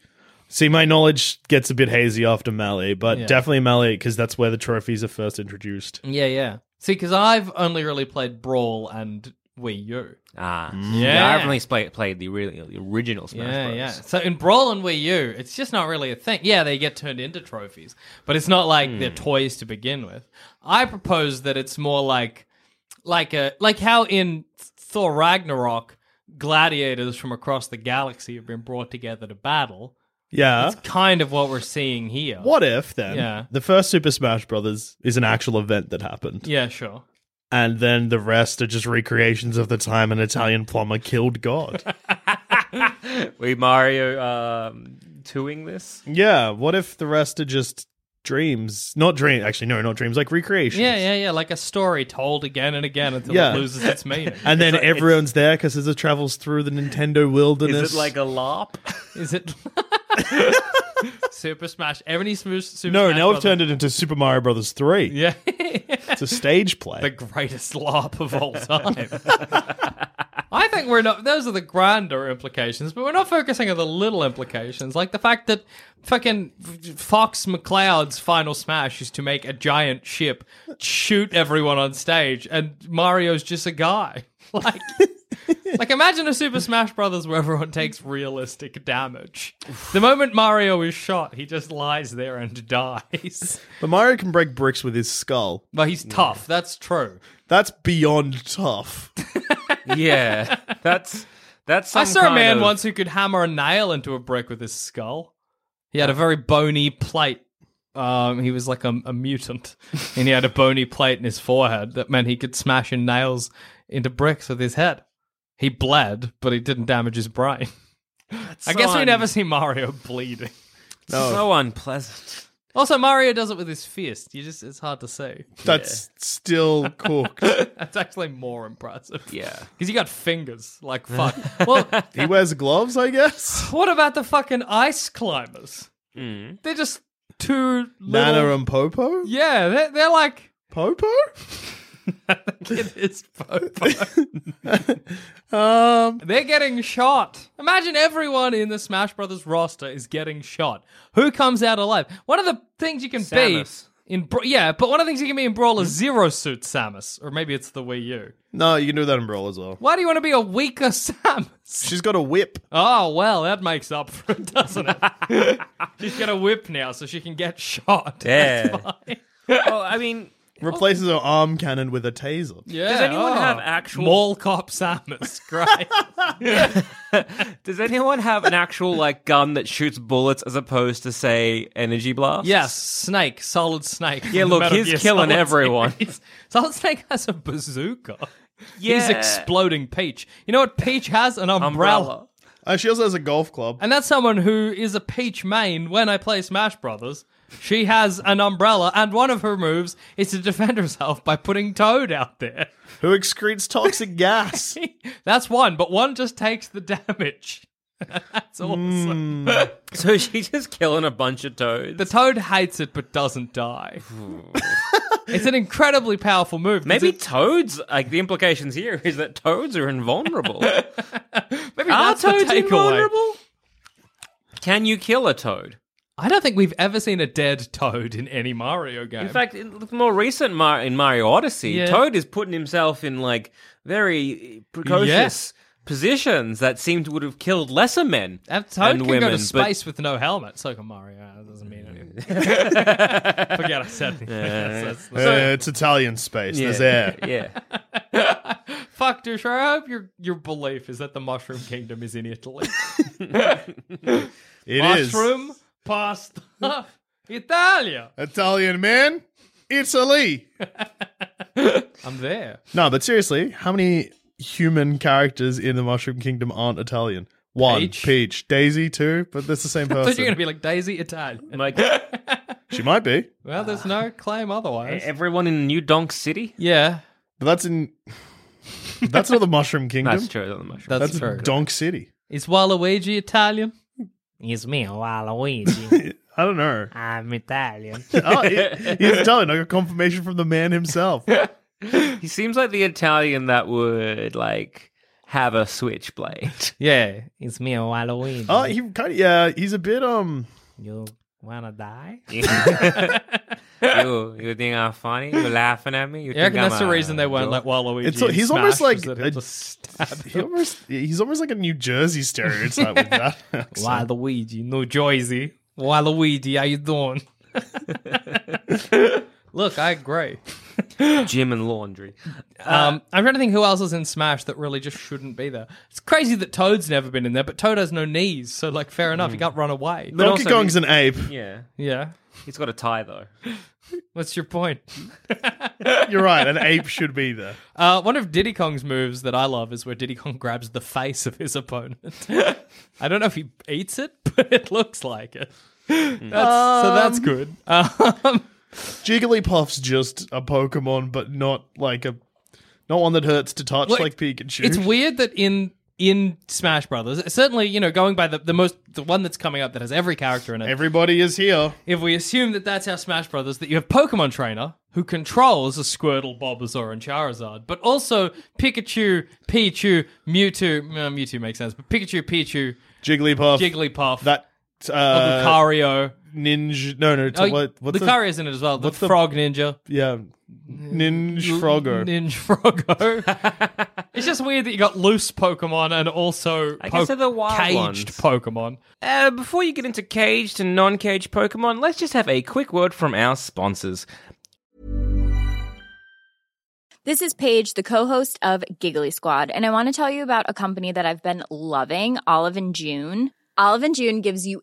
[SPEAKER 2] See, my knowledge gets a bit hazy after Melee, but
[SPEAKER 3] Yeah.
[SPEAKER 2] definitely Melee because that's where the trophies are first introduced.
[SPEAKER 3] Yeah, yeah. See, because I've only really played Brawl and Wii U.
[SPEAKER 1] Ah,
[SPEAKER 3] Yeah.
[SPEAKER 1] I've only play, played the, really, the original Smash
[SPEAKER 3] Yeah,
[SPEAKER 1] Bros.
[SPEAKER 3] yeah. So in Brawl and Wii U, it's just not really a thing. Yeah, they get turned into trophies, but it's not like
[SPEAKER 2] Hmm.
[SPEAKER 3] they're toys to begin with. I propose that it's more like, like a like how in Thor Ragnarok, gladiators from across the galaxy have been brought together to battle.
[SPEAKER 2] Yeah.
[SPEAKER 3] That's kind of what we're seeing here.
[SPEAKER 2] What if then
[SPEAKER 3] Yeah.
[SPEAKER 2] the first Super Smash Brothers is an actual event that happened,
[SPEAKER 3] Yeah, sure.
[SPEAKER 2] and then the rest are just recreations of the time an Italian plumber killed God?
[SPEAKER 1] We Mario um, toing this.
[SPEAKER 2] yeah. What if the rest are just dreams? Not dream. Actually, no, not dreams. Like recreations.
[SPEAKER 3] Yeah, yeah, yeah. Like a story told again and again until
[SPEAKER 2] Yeah.
[SPEAKER 3] it loses its meaning.
[SPEAKER 2] And then everyone's there because it travels through the Nintendo wilderness.
[SPEAKER 1] Is it like a LARP?
[SPEAKER 3] Is it Super Smash? Every Super, Super
[SPEAKER 2] no?
[SPEAKER 3] Smash
[SPEAKER 2] Now we've
[SPEAKER 3] Brothers-
[SPEAKER 2] turned it into Super Mario Brothers Three.
[SPEAKER 3] Yeah.
[SPEAKER 2] It's a stage play.
[SPEAKER 3] the greatest LARP of all time. I think we're not, those are the grander implications, but we're not focusing on the little implications, like the fact that fucking Fox McCloud's final smash is to make a giant ship shoot everyone on stage, and Mario's just a guy. Like, like imagine a Super Smash Brothers where everyone takes realistic damage. The moment Mario is shot, he just lies there and dies.
[SPEAKER 2] but Mario can break bricks with his skull.
[SPEAKER 3] But he's tough, that's true.
[SPEAKER 2] That's beyond tough.
[SPEAKER 1] yeah, that's that's. Some
[SPEAKER 3] I saw a
[SPEAKER 1] kind
[SPEAKER 3] man
[SPEAKER 1] of-
[SPEAKER 3] once who could hammer a nail into a brick with his skull. He had a very bony plate. Um, he was like a, a mutant, and he had a bony plate in his forehead that meant he could smash in nails into bricks with his head. He bled, but he didn't damage his brain. I guess we
[SPEAKER 1] un-
[SPEAKER 3] never see Mario bleeding.
[SPEAKER 1] So unpleasant.
[SPEAKER 3] Also, Mario does it with his fist. You just—it's hard to see.
[SPEAKER 2] That's still cooked.
[SPEAKER 3] That's actually more impressive.
[SPEAKER 1] Yeah.
[SPEAKER 3] because you got fingers like fuck. well,
[SPEAKER 2] he wears gloves, I guess.
[SPEAKER 3] What about the fucking ice climbers? They're just two little.
[SPEAKER 2] Nana and Popo?
[SPEAKER 3] yeah, they're, they're like.
[SPEAKER 2] Popo?
[SPEAKER 3] it is Popo.
[SPEAKER 2] Um,
[SPEAKER 3] they're getting shot. Imagine everyone in the Smash Brothers roster is getting shot. Who comes out alive? One of the things you can
[SPEAKER 1] Samus.
[SPEAKER 3] be in. Bra- yeah, but one of the things you can be in Brawl is Zero Suit Samus, or maybe it's the Wii U.
[SPEAKER 2] no, you can do that in Brawl as well.
[SPEAKER 3] Why do you want to be a weaker Samus?
[SPEAKER 2] She's got a whip.
[SPEAKER 3] Oh, well, that makes up for it, doesn't it? She's got a whip now, so she can get shot.
[SPEAKER 1] Yeah.
[SPEAKER 3] Fine.
[SPEAKER 1] well, I mean,
[SPEAKER 2] Replaces her arm cannon with a taser.
[SPEAKER 3] Yeah.
[SPEAKER 1] Does anyone have actual-
[SPEAKER 3] mall cop Samus? Great.
[SPEAKER 1] does anyone have an actual like gun that shoots bullets as opposed to say energy blast?
[SPEAKER 3] yes, Snake, Solid Snake. from
[SPEAKER 1] Yeah,
[SPEAKER 3] the
[SPEAKER 1] look,
[SPEAKER 3] Metal
[SPEAKER 1] he's
[SPEAKER 3] Gear
[SPEAKER 1] killing
[SPEAKER 3] Solid
[SPEAKER 1] everyone.
[SPEAKER 3] series. Solid Snake has a bazooka. He's
[SPEAKER 1] Yeah.
[SPEAKER 3] exploding Peach. You know what? Peach has an umbrella.
[SPEAKER 1] Umbrella.
[SPEAKER 2] Uh, she also has a golf club.
[SPEAKER 3] And that's someone who is a Peach main when I play Smash Brothers. She has an umbrella, and one of her moves is to defend herself by putting Toad out there.
[SPEAKER 2] Who excretes toxic gas?
[SPEAKER 3] That's one, but one just takes the damage. that's
[SPEAKER 1] Hmm.
[SPEAKER 3] awesome.
[SPEAKER 1] So she's just killing a bunch of toads.
[SPEAKER 3] The toad hates it but doesn't die. it's an incredibly powerful move.
[SPEAKER 1] Maybe
[SPEAKER 3] It's
[SPEAKER 1] toads. Like the implications here is that toads are invulnerable.
[SPEAKER 3] a- maybe
[SPEAKER 1] are
[SPEAKER 3] that's the
[SPEAKER 1] toads
[SPEAKER 3] takeaway.
[SPEAKER 1] invulnerable? Can you kill a toad?
[SPEAKER 3] I don't think we've ever seen a dead toad in any Mario game.
[SPEAKER 1] In fact, in the more recent Mar- in Mario Odyssey,
[SPEAKER 3] Um, Yeah.
[SPEAKER 1] Toad is putting himself in like very precocious
[SPEAKER 3] Yes.
[SPEAKER 1] positions that seem to would have killed lesser men
[SPEAKER 3] that toad
[SPEAKER 1] and
[SPEAKER 3] can
[SPEAKER 1] women.
[SPEAKER 3] go to
[SPEAKER 1] but-
[SPEAKER 3] space with no helmet. So can Mario. That doesn't mean anything. Forget I said anything. That's- that's-
[SPEAKER 2] Uh, it's Italian space. There's air.
[SPEAKER 1] yeah,
[SPEAKER 3] Fuck, Dushar, I hope your your belief is that the Mushroom Kingdom is in Italy.
[SPEAKER 2] It is
[SPEAKER 3] Mushroom pasta. Italia.
[SPEAKER 2] Italian man. Italy.
[SPEAKER 3] I'm there.
[SPEAKER 2] No, but seriously, how many human characters in the Mushroom Kingdom aren't Italian? One,
[SPEAKER 3] Peach.
[SPEAKER 2] Peach, Daisy, two, but that's the same
[SPEAKER 3] I thought
[SPEAKER 2] person.
[SPEAKER 3] you were going to be like Daisy Italia.
[SPEAKER 1] like
[SPEAKER 2] She might be,
[SPEAKER 3] Well, there's
[SPEAKER 1] E-, Eh,
[SPEAKER 3] no claim otherwise.
[SPEAKER 1] everyone in New Donk City.
[SPEAKER 3] Yeah.
[SPEAKER 2] but that's in. That's not the Mushroom Kingdom.
[SPEAKER 1] That's true. not the mushroom.
[SPEAKER 3] That's,
[SPEAKER 2] That's
[SPEAKER 3] true.
[SPEAKER 2] Donk City.
[SPEAKER 3] Is Waluigi Italian?
[SPEAKER 4] It's me, Waluigi.
[SPEAKER 2] I don't know.
[SPEAKER 4] I'm Italian.
[SPEAKER 2] oh, he- he's Italian. I got confirmation from the man himself.
[SPEAKER 1] he seems like the Italian that would like have a switchblade.
[SPEAKER 3] Yeah.
[SPEAKER 4] It's me, Waluigi.
[SPEAKER 2] Oh, he kind of yeah. He's a bit um.
[SPEAKER 4] you wanna die?
[SPEAKER 1] you, you think I'm funny? You're laughing at me? You
[SPEAKER 3] You reckon
[SPEAKER 1] I'm
[SPEAKER 3] that's the
[SPEAKER 1] a
[SPEAKER 3] reason they won't
[SPEAKER 1] joke?
[SPEAKER 3] let Waluigi.
[SPEAKER 2] It's- he's
[SPEAKER 3] in Smash,
[SPEAKER 2] almost like
[SPEAKER 3] is that
[SPEAKER 2] a-
[SPEAKER 3] he'll just stab
[SPEAKER 2] He
[SPEAKER 3] him.
[SPEAKER 2] almost, he's almost like a New Jersey stereotype with that. accent.
[SPEAKER 3] Waluigi, New Jersey. Waluigi, how you doing? Look, I agree.
[SPEAKER 1] Gym and laundry.
[SPEAKER 3] Um, I'm trying to think who else is in Smash that really just shouldn't be there. It's crazy that Toad's never been in there, but Toad has no knees, so like, fair enough, he can't run away.
[SPEAKER 1] But
[SPEAKER 2] Donkey
[SPEAKER 1] also
[SPEAKER 2] Kong's an ape.
[SPEAKER 1] Yeah.
[SPEAKER 3] Yeah,
[SPEAKER 1] He's got a tie though.
[SPEAKER 3] what's your point?
[SPEAKER 2] You're right. An ape should be there.
[SPEAKER 3] Uh, one of Diddy Kong's moves that I love is where Diddy Kong grabs the face of his opponent. I don't know if he eats it, but it looks like it. That's, so that's good. Um,
[SPEAKER 2] Jigglypuff's just a Pokemon, but not like a not one that hurts to touch
[SPEAKER 3] Look,
[SPEAKER 2] like Pikachu.
[SPEAKER 3] it's weird that in in Smash Brothers, certainly you know, going by the, the most the one that's coming up that has every character in it.
[SPEAKER 2] Everybody is here.
[SPEAKER 3] if we assume that that's how Smash Brothers, that you have Pokemon Trainer who controls a Squirtle, Bulbasaur, and Charizard, but also Pikachu, Pichu, Mewtwo. uh, Mewtwo makes sense, but Pikachu, Pichu,
[SPEAKER 2] Jigglypuff.
[SPEAKER 3] Jigglypuff,
[SPEAKER 2] That uh,
[SPEAKER 3] Lucario.
[SPEAKER 2] ninja. No, no. It's
[SPEAKER 3] Oh,
[SPEAKER 2] what, what's the-
[SPEAKER 3] Lucario's in it as well. The
[SPEAKER 2] what's the-
[SPEAKER 3] Frog Ninja.
[SPEAKER 2] yeah, Ninja Frogger.
[SPEAKER 3] Ninja Froggo. it's just weird that you got loose Pokemon and also
[SPEAKER 1] I guess they're the wild
[SPEAKER 3] caged
[SPEAKER 1] ones.
[SPEAKER 3] Pokemon.
[SPEAKER 1] Uh, before you get into caged and non caged Pokemon, let's just have a quick word from our sponsors.
[SPEAKER 5] This is Paige, the co-host of Giggly Squad, and I want to tell you about a company that I've been loving, Olive and June. Olive and June gives you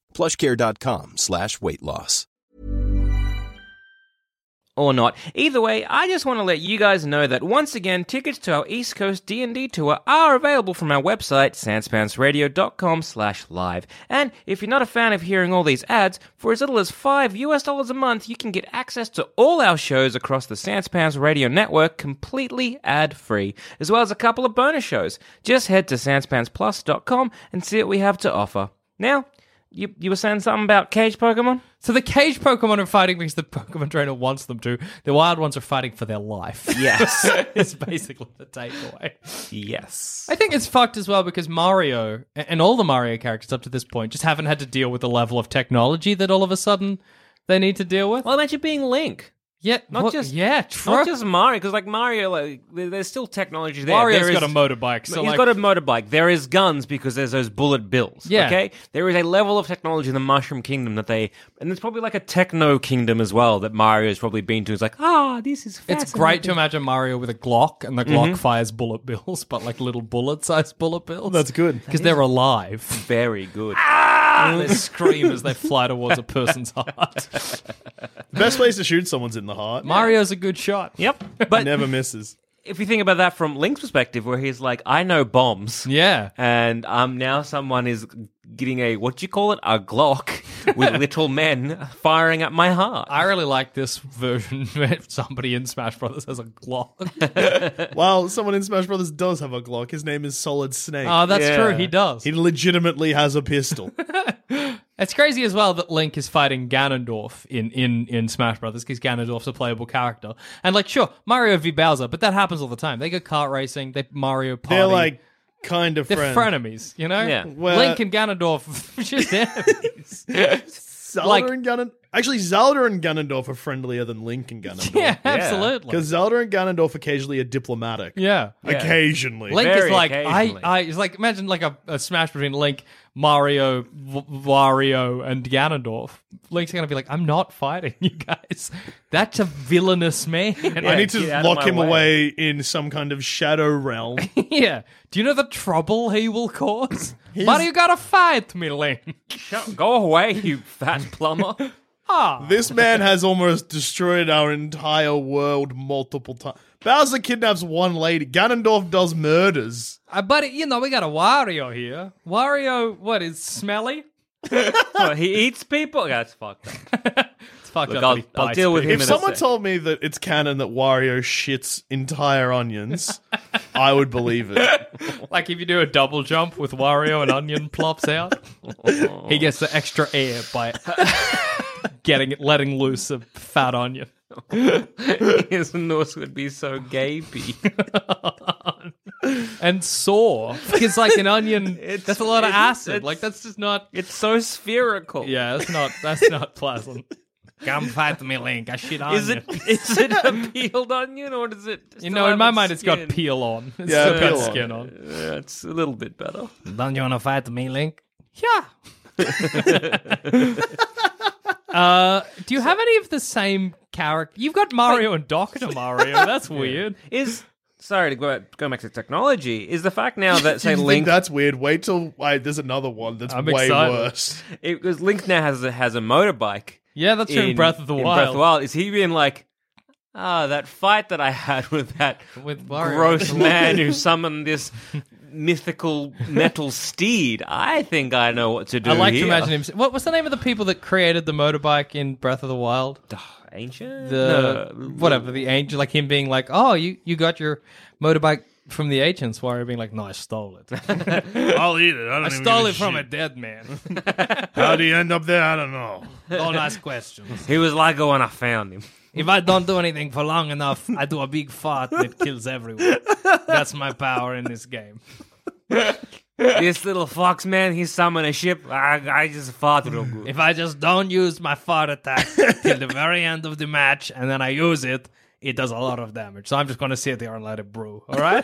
[SPEAKER 6] plushcare.com slash weight loss.
[SPEAKER 1] or not. Either way, I just want to let you guys know that once again, tickets to our East Coast D&D tour are available from our website, sanspantsradio.com slash live. And if you're not a fan of hearing all these ads, for as little as 5 US dollars a month, you can get access to all our shows across the Sanspans Radio Network completely ad-free, as well as a couple of bonus shows. Just head to sanspansplus.com and see what we have to offer. Now, you, you were saying something about cage Pokemon?
[SPEAKER 3] So the cage Pokemon are fighting because the Pokemon trainer wants them to. The wild ones are fighting for their life.
[SPEAKER 1] Yes.
[SPEAKER 3] it's basically the takeaway.
[SPEAKER 1] yes.
[SPEAKER 3] I think it's fucked as well because Mario a- and all the Mario characters up to this point just haven't had to deal with the level of technology that all of a sudden they need to deal with.
[SPEAKER 1] Well, imagine being Link.
[SPEAKER 3] yeah,
[SPEAKER 1] Not
[SPEAKER 3] what-
[SPEAKER 1] just
[SPEAKER 3] yeah, true.
[SPEAKER 1] not just Mario, because like Mario, like there- there's still technology there.
[SPEAKER 3] Mario's
[SPEAKER 1] There is-
[SPEAKER 3] got a motorbike, so
[SPEAKER 1] He's
[SPEAKER 3] like-
[SPEAKER 1] got a motorbike. There is guns because there's those bullet bills.
[SPEAKER 3] Yeah.
[SPEAKER 1] Okay. There is a level of technology in the Mushroom Kingdom that they, and there's probably like a techno kingdom as well that Mario's probably been to. It's like, ah, this is.
[SPEAKER 3] It's great to imagine Mario with a Glock and the Glock fires bullet bills, but like little bullet sized bullet bills.
[SPEAKER 2] That's good.
[SPEAKER 3] Because they're alive.
[SPEAKER 1] Very good.
[SPEAKER 3] they scream as they fly towards a person's heart.
[SPEAKER 2] The best place to shoot someone's in the heart.
[SPEAKER 3] Mario's a good shot.
[SPEAKER 1] Yep. But
[SPEAKER 2] Never misses.
[SPEAKER 1] if you think about that from Link's perspective, where he's like, I know bombs.
[SPEAKER 3] Yeah.
[SPEAKER 1] and um, now someone is getting a what do you call it a Glock with little men firing at my heart.
[SPEAKER 3] I really like this version where somebody in Smash Brothers has a Glock.
[SPEAKER 2] Well, someone in Smash Brothers does have a Glock. His name is Solid Snake.
[SPEAKER 3] Oh, that's
[SPEAKER 1] Yeah.
[SPEAKER 3] true. He does.
[SPEAKER 2] he legitimately has a pistol.
[SPEAKER 3] It's crazy as well that Link is fighting Ganondorf in, in, in Smash Brothers because Ganondorf's a playable character. And like, sure, Mario v Bowser, but that happens all the time. They go kart racing. They Mario party.
[SPEAKER 2] They're like kind of
[SPEAKER 3] they're
[SPEAKER 2] friends.
[SPEAKER 3] frenemies, you know.
[SPEAKER 1] Yeah.
[SPEAKER 2] Well-
[SPEAKER 3] Link and Ganondorf, just enemies.
[SPEAKER 2] Zelda
[SPEAKER 3] like-
[SPEAKER 2] and Ganon. Actually, Zelda and Ganondorf are friendlier than Link and Ganondorf.
[SPEAKER 3] yeah, absolutely.
[SPEAKER 2] Because Zelda and Ganondorf occasionally are diplomatic.
[SPEAKER 3] yeah.
[SPEAKER 2] Occasionally.
[SPEAKER 3] Link
[SPEAKER 1] Very
[SPEAKER 3] is like I,
[SPEAKER 1] occasionally.
[SPEAKER 3] I. It's like imagine like a, a smash between Link, Mario, w- Wario, and Ganondorf. Link's gonna be like, "I'm not fighting you guys. That's a villainous man."
[SPEAKER 2] I need to
[SPEAKER 1] get out of
[SPEAKER 2] lock
[SPEAKER 1] my
[SPEAKER 2] him away in some kind of shadow realm.
[SPEAKER 3] yeah. Do you know the trouble he will cause? Mario gotta fight me, Link.
[SPEAKER 1] Shut- Go away, you fat plumber.
[SPEAKER 3] Ah,
[SPEAKER 2] this man has almost destroyed our entire world multiple times. Bowser kidnaps one lady. Ganondorf does murders.
[SPEAKER 3] Uh, but you know we got a Wario here. Wario, what is smelly?
[SPEAKER 1] Oh, he eats people. That's fucked up.
[SPEAKER 3] It's fucked
[SPEAKER 1] Look,
[SPEAKER 3] up.
[SPEAKER 1] I'll,
[SPEAKER 3] that he
[SPEAKER 1] I'll
[SPEAKER 3] bites
[SPEAKER 1] deal with
[SPEAKER 3] people.
[SPEAKER 1] him.
[SPEAKER 2] If
[SPEAKER 1] in
[SPEAKER 2] someone
[SPEAKER 1] a sec.
[SPEAKER 2] told me that it's canon that Wario shits entire onions, I would believe it.
[SPEAKER 3] Like if you do a double jump with Wario and Onion plops out, he gets the extra air by getting letting loose a fat onion.
[SPEAKER 1] his nose would be so gapey.
[SPEAKER 3] And sore. It's like an onion
[SPEAKER 1] It's-
[SPEAKER 3] that's a lot of
[SPEAKER 1] it's-
[SPEAKER 3] acid.
[SPEAKER 1] it's-
[SPEAKER 3] like that's just not
[SPEAKER 1] it's so spherical.
[SPEAKER 3] Yeah, that's not that's not pleasant. Come fight me, Link. I shit on
[SPEAKER 1] Is it is it a peeled onion or does it?
[SPEAKER 3] You know, in my mind, it's got peel on. It's yeah,
[SPEAKER 2] Yeah,
[SPEAKER 3] got
[SPEAKER 2] peel on.
[SPEAKER 3] skin on.
[SPEAKER 1] Yeah, it's a little bit better.
[SPEAKER 4] Don't you want to fight me, Link?
[SPEAKER 3] Yeah. uh, do you have any of the same character? You've got Mario and Doctor Mario. That's weird.
[SPEAKER 1] Is sorry to go back, go back to technology. Is the fact now that say
[SPEAKER 2] You think
[SPEAKER 1] Link
[SPEAKER 2] that's weird. Wait till I, there's another one that's
[SPEAKER 3] I'm
[SPEAKER 2] way
[SPEAKER 3] excited.
[SPEAKER 2] worse.
[SPEAKER 1] because Link now has a, has a motorbike.
[SPEAKER 3] Yeah, that's true. In Breath of the
[SPEAKER 1] in
[SPEAKER 3] Wild.
[SPEAKER 1] Breath of the Wild, is he being like, ah, that fight that I had with that
[SPEAKER 3] With Wario.
[SPEAKER 1] gross man who summoned this mythical metal steed? I think I know what to do.
[SPEAKER 3] I like
[SPEAKER 1] here.
[SPEAKER 3] to imagine him. What was the name of the people that created the motorbike in Breath of the Wild?
[SPEAKER 1] ancient.
[SPEAKER 3] The
[SPEAKER 1] No.
[SPEAKER 3] whatever the angel, like him being like, "Oh, you you got your motorbike from the ancients." Wario being like, "No, I stole it.
[SPEAKER 2] I'll eat it. I don't
[SPEAKER 3] I stole it from a dead man." Oh,
[SPEAKER 2] How do you end up there? I don't know.
[SPEAKER 4] Don't ask questions.
[SPEAKER 1] He was like, when I found him.
[SPEAKER 4] If I don't do anything for long enough, I do a big fart that kills everyone. That's my power in this game.
[SPEAKER 1] this little fox man, he summoned a ship. I, I just fought real
[SPEAKER 3] Mm.
[SPEAKER 1] good.
[SPEAKER 4] If I just don't use my fart attack till the very end of the match and then I use it, it does a lot of damage. So I'm just going to sit there and let it brew. All right?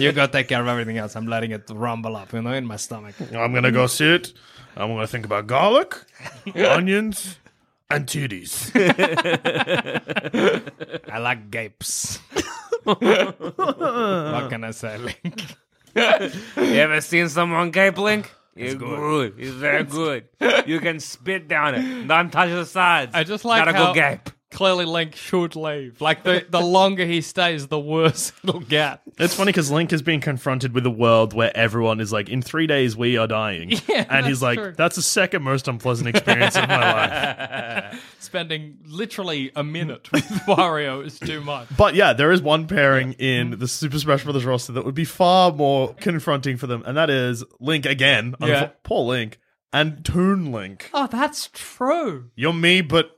[SPEAKER 4] you go take care of everything else. I'm letting it rumble up, you know, in my stomach.
[SPEAKER 2] I'm gonna go sit. I'm gonna think about garlic, onions, and titties.
[SPEAKER 4] I like gapes. what can I say? Link?
[SPEAKER 1] You ever seen someone gape blink? It's good. It's very good. You can spit down it. Don't touch the sides.
[SPEAKER 3] I just like
[SPEAKER 1] Gotta
[SPEAKER 3] how
[SPEAKER 1] go gape.
[SPEAKER 3] Clearly, Link should leave. Like the, the longer he stays, the worse it'll get.
[SPEAKER 2] It's funny because Link is being confronted with a world where everyone is like, in three days we are dying,
[SPEAKER 3] Yeah,
[SPEAKER 2] and
[SPEAKER 3] that's
[SPEAKER 2] he's like,
[SPEAKER 3] true.
[SPEAKER 2] that's the second most unpleasant experience of my life.
[SPEAKER 3] Spending literally a minute with Wario is too much.
[SPEAKER 2] But yeah, there is one pairing in the Super Smash Brothers roster that would be far more confronting for them, and that is Link again, unfo-
[SPEAKER 3] Yeah.
[SPEAKER 2] poor Link, and Toon Link.
[SPEAKER 3] Oh, that's true.
[SPEAKER 2] You're me, but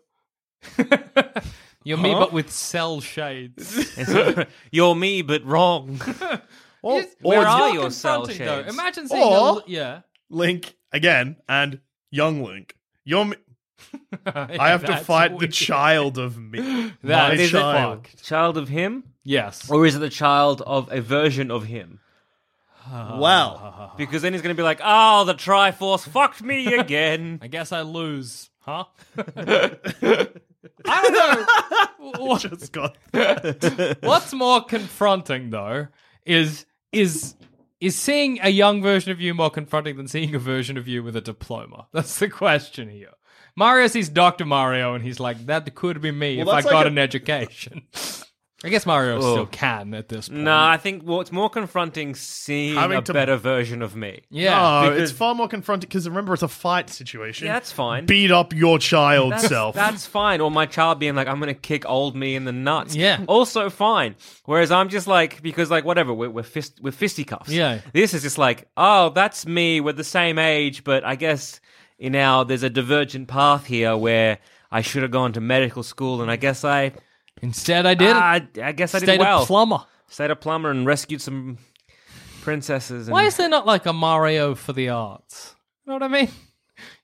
[SPEAKER 3] You're me, but with cell shades.
[SPEAKER 1] You're me, but wrong.
[SPEAKER 2] or,
[SPEAKER 3] It's-
[SPEAKER 1] Where
[SPEAKER 3] it's
[SPEAKER 1] are
[SPEAKER 3] not
[SPEAKER 1] your cell
[SPEAKER 3] confronting, though.
[SPEAKER 1] shades?
[SPEAKER 3] Imagine seeing
[SPEAKER 2] Or-
[SPEAKER 3] a l- yeah.
[SPEAKER 2] Link again and young Link. You're me. I have to
[SPEAKER 3] That's
[SPEAKER 2] fight the
[SPEAKER 3] weird.
[SPEAKER 2] child of me. my
[SPEAKER 3] That is
[SPEAKER 2] child.
[SPEAKER 3] fucked.
[SPEAKER 1] Child of him?
[SPEAKER 3] Yes.
[SPEAKER 2] Oh.
[SPEAKER 1] Or is it the child of a version of him?
[SPEAKER 2] Wow.
[SPEAKER 1] Because then he's going to be like, oh, the Triforce fucked me again.
[SPEAKER 3] I guess I lose, huh? I don't know. What-
[SPEAKER 2] Just got
[SPEAKER 3] What's more confronting though is is is seeing a young version of you more confronting than seeing a version of you with a diploma? That's the question here. Mario sees Dr. Mario and he's like, that could be me
[SPEAKER 2] Well,
[SPEAKER 3] if
[SPEAKER 2] that's
[SPEAKER 3] I got
[SPEAKER 2] like a-
[SPEAKER 3] an education. I guess Mario still can at this point.
[SPEAKER 1] no, I think what's more confronting seeing
[SPEAKER 2] Having
[SPEAKER 1] a
[SPEAKER 2] to-
[SPEAKER 1] better version of me.
[SPEAKER 3] Yeah.
[SPEAKER 2] No,
[SPEAKER 1] because-
[SPEAKER 2] Oh, it's far more confronting because remember it's a fight situation.
[SPEAKER 1] Yeah, that's fine.
[SPEAKER 2] Beat up your child
[SPEAKER 1] that's,
[SPEAKER 2] self.
[SPEAKER 1] that's fine. Or my child being like, I'm going to kick old me in the nuts.
[SPEAKER 3] Yeah.
[SPEAKER 1] Also fine. Whereas I'm just like, because like, whatever, we're, we're, fist, we're fisticuffs.
[SPEAKER 3] Yeah.
[SPEAKER 1] This is just like, oh, that's me. We're the same age, but I guess, you know, there's a divergent path here where I should have gone to medical school and I guess I,
[SPEAKER 3] Instead, I did.
[SPEAKER 1] Ah, I guess I
[SPEAKER 3] Stayed
[SPEAKER 1] did well.
[SPEAKER 3] a plumber.
[SPEAKER 1] Stayed a plumber and rescued some princesses. And
[SPEAKER 3] Why is there not like a Mario for the arts? You know what I mean?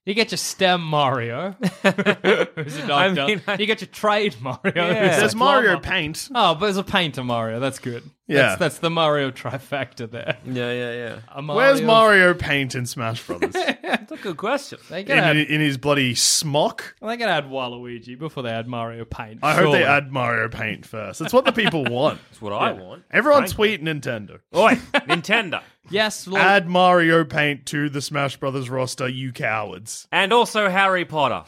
[SPEAKER 3] You get your STEM Mario, who's a doctor.
[SPEAKER 1] I mean, I-
[SPEAKER 3] You get your trade Mario. who's
[SPEAKER 1] Yeah.
[SPEAKER 3] a
[SPEAKER 1] There's
[SPEAKER 2] There's Mario
[SPEAKER 3] plumber.
[SPEAKER 2] Paint.
[SPEAKER 3] Oh, but there's a painter Mario. That's good.
[SPEAKER 2] Yeah.
[SPEAKER 3] That's, that's the Mario trifecta there.
[SPEAKER 1] Yeah, yeah, yeah.
[SPEAKER 3] A
[SPEAKER 2] Where's Mario Paint in Smash Brothers? in,
[SPEAKER 1] That's a good question.
[SPEAKER 3] They can, add,
[SPEAKER 2] in his bloody smock.
[SPEAKER 3] they can add Waluigi before they add Mario Paint.
[SPEAKER 2] I hope
[SPEAKER 3] surely.
[SPEAKER 2] they add Mario Paint first. It's what the people want.
[SPEAKER 1] That's what I want.
[SPEAKER 2] Everyone tweet Nintendo.
[SPEAKER 1] Oi, Nintendo.
[SPEAKER 3] Yes, Lord.
[SPEAKER 2] Add Mario Paint to the Smash Brothers roster, you cowards.
[SPEAKER 1] And also Harry Potter.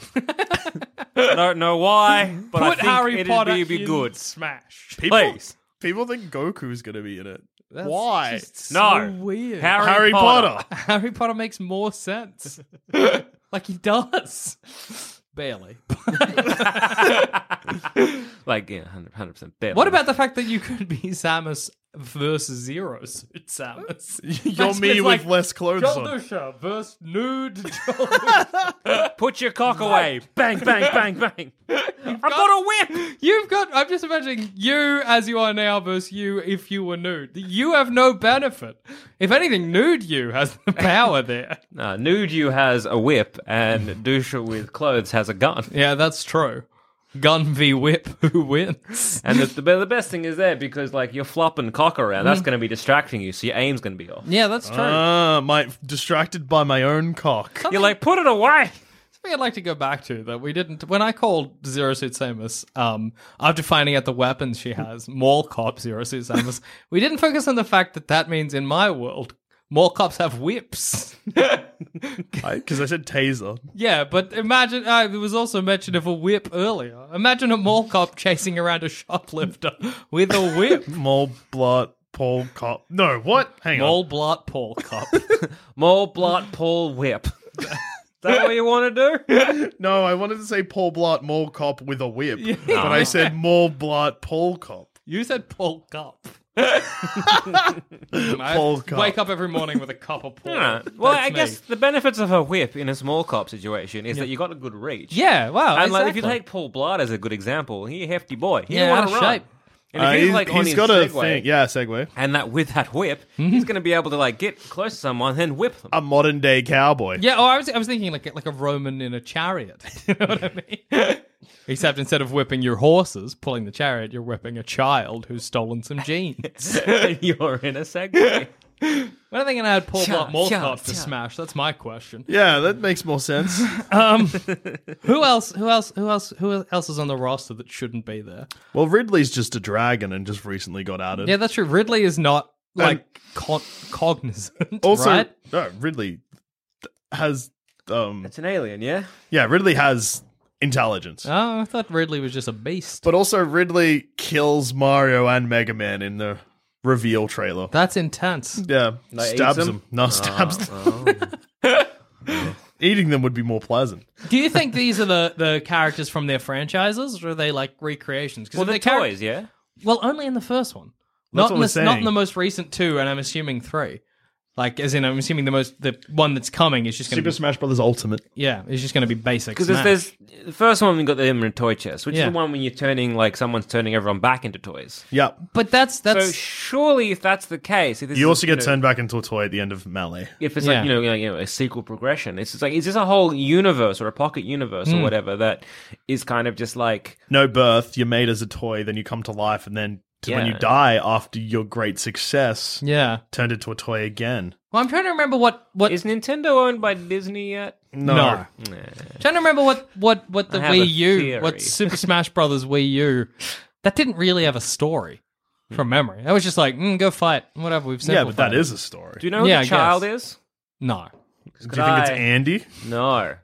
[SPEAKER 1] I don't know why, but I
[SPEAKER 3] Put
[SPEAKER 1] think
[SPEAKER 3] Harry
[SPEAKER 1] it'd
[SPEAKER 3] Potter
[SPEAKER 1] be, be
[SPEAKER 3] in
[SPEAKER 1] good.
[SPEAKER 3] Smash.
[SPEAKER 2] People,
[SPEAKER 1] Please.
[SPEAKER 2] people think Goku's going to be in it.
[SPEAKER 3] That's
[SPEAKER 2] Why?
[SPEAKER 3] just
[SPEAKER 1] No.
[SPEAKER 3] so weird.
[SPEAKER 1] Harry,
[SPEAKER 2] Harry
[SPEAKER 1] Potter.
[SPEAKER 2] Potter.
[SPEAKER 3] Harry Potter makes more sense. like he does. Barely.
[SPEAKER 1] Like, yeah, 100 percent better.
[SPEAKER 3] What about the fact that you could be Samus versus Zero Suit Samus?
[SPEAKER 2] You're
[SPEAKER 3] That's-
[SPEAKER 2] me
[SPEAKER 3] it's
[SPEAKER 2] with
[SPEAKER 3] like,
[SPEAKER 2] less clothes
[SPEAKER 3] Joel
[SPEAKER 2] on.
[SPEAKER 3] Dusha versus nude Joel
[SPEAKER 1] put your cock away? bang, bang, bang, bang. I've got a whip.
[SPEAKER 3] You've got. I'm just imagining you as you are now versus you if you were nude. You have no benefit. If anything, nude you has the power there.
[SPEAKER 1] No, nude you has a whip, and Dusha with clothes has a gun.
[SPEAKER 3] yeah, that's true. Gun v whip, who wins?
[SPEAKER 1] And the, the, be- the best thing is there because like you're flopping cock around,
[SPEAKER 3] Mm.
[SPEAKER 1] that's going to be distracting you, so your aim's going to be off.
[SPEAKER 3] Yeah, that's true.
[SPEAKER 2] Ah, my distracted by my own cock.
[SPEAKER 1] You're like, put it away.
[SPEAKER 3] Something I'd like to go back to that we didn't. When I called Zero Suit Samus, um, after finding out the weapons she has, Mall Cop Zero Suit Samus, we didn't focus on the fact that that means in my world, Mall Cops have whips.
[SPEAKER 2] Because I said taser.
[SPEAKER 3] Yeah, but imagine uh, there was also mention of a whip earlier. Imagine a mall cop chasing around a shoplifter with a whip.
[SPEAKER 2] Mole, blot, Paul, cop. No, what? Hang
[SPEAKER 3] mall
[SPEAKER 2] on.
[SPEAKER 3] blot Paul cop.
[SPEAKER 1] Mole blot Paul whip. Is that what you want to do?
[SPEAKER 2] No, I wanted to say Paul Blart Mole Cop with a whip, but I said Mole Blart Paul Cop.
[SPEAKER 3] You said Paul cop.
[SPEAKER 2] Paul Cop.
[SPEAKER 3] Wake up every morning with a cup of Paul.
[SPEAKER 1] Yeah. Well,
[SPEAKER 3] That's
[SPEAKER 1] I
[SPEAKER 3] me.
[SPEAKER 1] guess the benefits of a whip in a small cop situation is that you got a good reach.
[SPEAKER 3] Yeah. Wow.
[SPEAKER 1] and
[SPEAKER 3] exactly.
[SPEAKER 1] like if you take Paul Blart as a good example, he a hefty boy. He
[SPEAKER 3] Yeah,
[SPEAKER 1] want
[SPEAKER 3] out
[SPEAKER 1] to
[SPEAKER 3] of
[SPEAKER 1] run.
[SPEAKER 3] shape.
[SPEAKER 1] And if
[SPEAKER 2] Uh,
[SPEAKER 1] he's, like on
[SPEAKER 2] he's
[SPEAKER 1] his
[SPEAKER 2] got a
[SPEAKER 1] Segway,
[SPEAKER 2] thing. Yeah, segue.
[SPEAKER 1] and that with that whip, he's going to be able to like get close to someone, then whip them.
[SPEAKER 2] A modern day cowboy.
[SPEAKER 3] yeah. Oh, I was I was thinking like like a Roman in a chariot. you know what I mean? Except instead of whipping your horses, pulling the chariot, you're whipping a child who's stolen some jeans.
[SPEAKER 1] and you're in a Segway.
[SPEAKER 3] when are they going to add Paul
[SPEAKER 1] Child,
[SPEAKER 3] Blart Mall
[SPEAKER 1] child,
[SPEAKER 3] Cop to
[SPEAKER 1] child.
[SPEAKER 3] Smash? That's my question.
[SPEAKER 2] Yeah, that makes more sense.
[SPEAKER 3] Who else? Who else? Who else? Who else is on the roster that shouldn't be there?
[SPEAKER 2] well, Ridley's just a dragon and just recently got added.
[SPEAKER 3] Yeah, that's true. Ridley is not like
[SPEAKER 2] like,
[SPEAKER 3] con- cognizant.
[SPEAKER 2] also,
[SPEAKER 3] right?
[SPEAKER 2] no, Ridley has. Um,
[SPEAKER 1] It's an alien, yeah.
[SPEAKER 2] yeah, Ridley has intelligence.
[SPEAKER 3] Oh, I thought Ridley was just a beast.
[SPEAKER 2] But also, Ridley kills Mario and Mega Man in the reveal trailer.
[SPEAKER 3] That's intense.
[SPEAKER 2] yeah,
[SPEAKER 7] No, eats
[SPEAKER 2] stabs
[SPEAKER 7] them?
[SPEAKER 2] them.
[SPEAKER 1] Oh,
[SPEAKER 2] No, stabs them. Eating them would be more pleasant.
[SPEAKER 3] Do you think these are the, the characters from their franchises, or are they like recreations? 'Cause
[SPEAKER 1] Well,
[SPEAKER 3] if
[SPEAKER 1] they're
[SPEAKER 3] charac-
[SPEAKER 1] toys, yeah?
[SPEAKER 3] Well, only in the first one.
[SPEAKER 2] That's
[SPEAKER 3] not
[SPEAKER 2] what
[SPEAKER 3] in
[SPEAKER 2] we're
[SPEAKER 3] the, not in
[SPEAKER 2] saying.
[SPEAKER 3] the most recent two, and I'm assuming three. Like, as in, I'm assuming the most the one that's coming is just going
[SPEAKER 2] Super
[SPEAKER 3] to be
[SPEAKER 2] Smash Brothers Ultimate.
[SPEAKER 3] yeah, it's just going to be basic.
[SPEAKER 1] Because there's,
[SPEAKER 3] Smash.
[SPEAKER 1] there's- the first one we got them in a toy chest, which
[SPEAKER 3] Yeah.
[SPEAKER 1] is the one when you're turning like someone's turning everyone back into toys.
[SPEAKER 2] Yeah,
[SPEAKER 3] but that's that's
[SPEAKER 1] So surely, if that's the case, if this
[SPEAKER 2] you
[SPEAKER 1] is,
[SPEAKER 2] also get
[SPEAKER 1] know,
[SPEAKER 2] turned back into a toy at the end of Melee.
[SPEAKER 1] If it's
[SPEAKER 3] Yeah.
[SPEAKER 1] like you know, like, you know, a sequel progression, it's just like is this a whole universe or a pocket universe
[SPEAKER 3] Hmm.
[SPEAKER 1] or whatever that is kind of just like
[SPEAKER 2] No birth. You're made as a toy, then you come to life, and then to when
[SPEAKER 1] Yeah.
[SPEAKER 2] you die after your great success,
[SPEAKER 3] yeah.
[SPEAKER 2] turned into a toy again.
[SPEAKER 3] Well, I'm trying to remember what what
[SPEAKER 1] is Nintendo owned by Disney yet?
[SPEAKER 2] No.
[SPEAKER 3] No. trying to remember what what what the
[SPEAKER 1] I have a
[SPEAKER 3] Wii U,
[SPEAKER 1] theory.
[SPEAKER 3] what Super Smash Brothers Wii U, that didn't really have a story from
[SPEAKER 1] Hmm.
[SPEAKER 3] memory. That was just like mm, go fight whatever we've
[SPEAKER 2] Yeah,
[SPEAKER 3] simplified.
[SPEAKER 2] but that
[SPEAKER 3] it.
[SPEAKER 2] is a story.
[SPEAKER 1] Do you know who
[SPEAKER 3] Yeah, I
[SPEAKER 1] the child
[SPEAKER 3] guess.
[SPEAKER 1] is?
[SPEAKER 3] no
[SPEAKER 2] Do you think it's
[SPEAKER 1] I-
[SPEAKER 2] Andy?
[SPEAKER 1] No,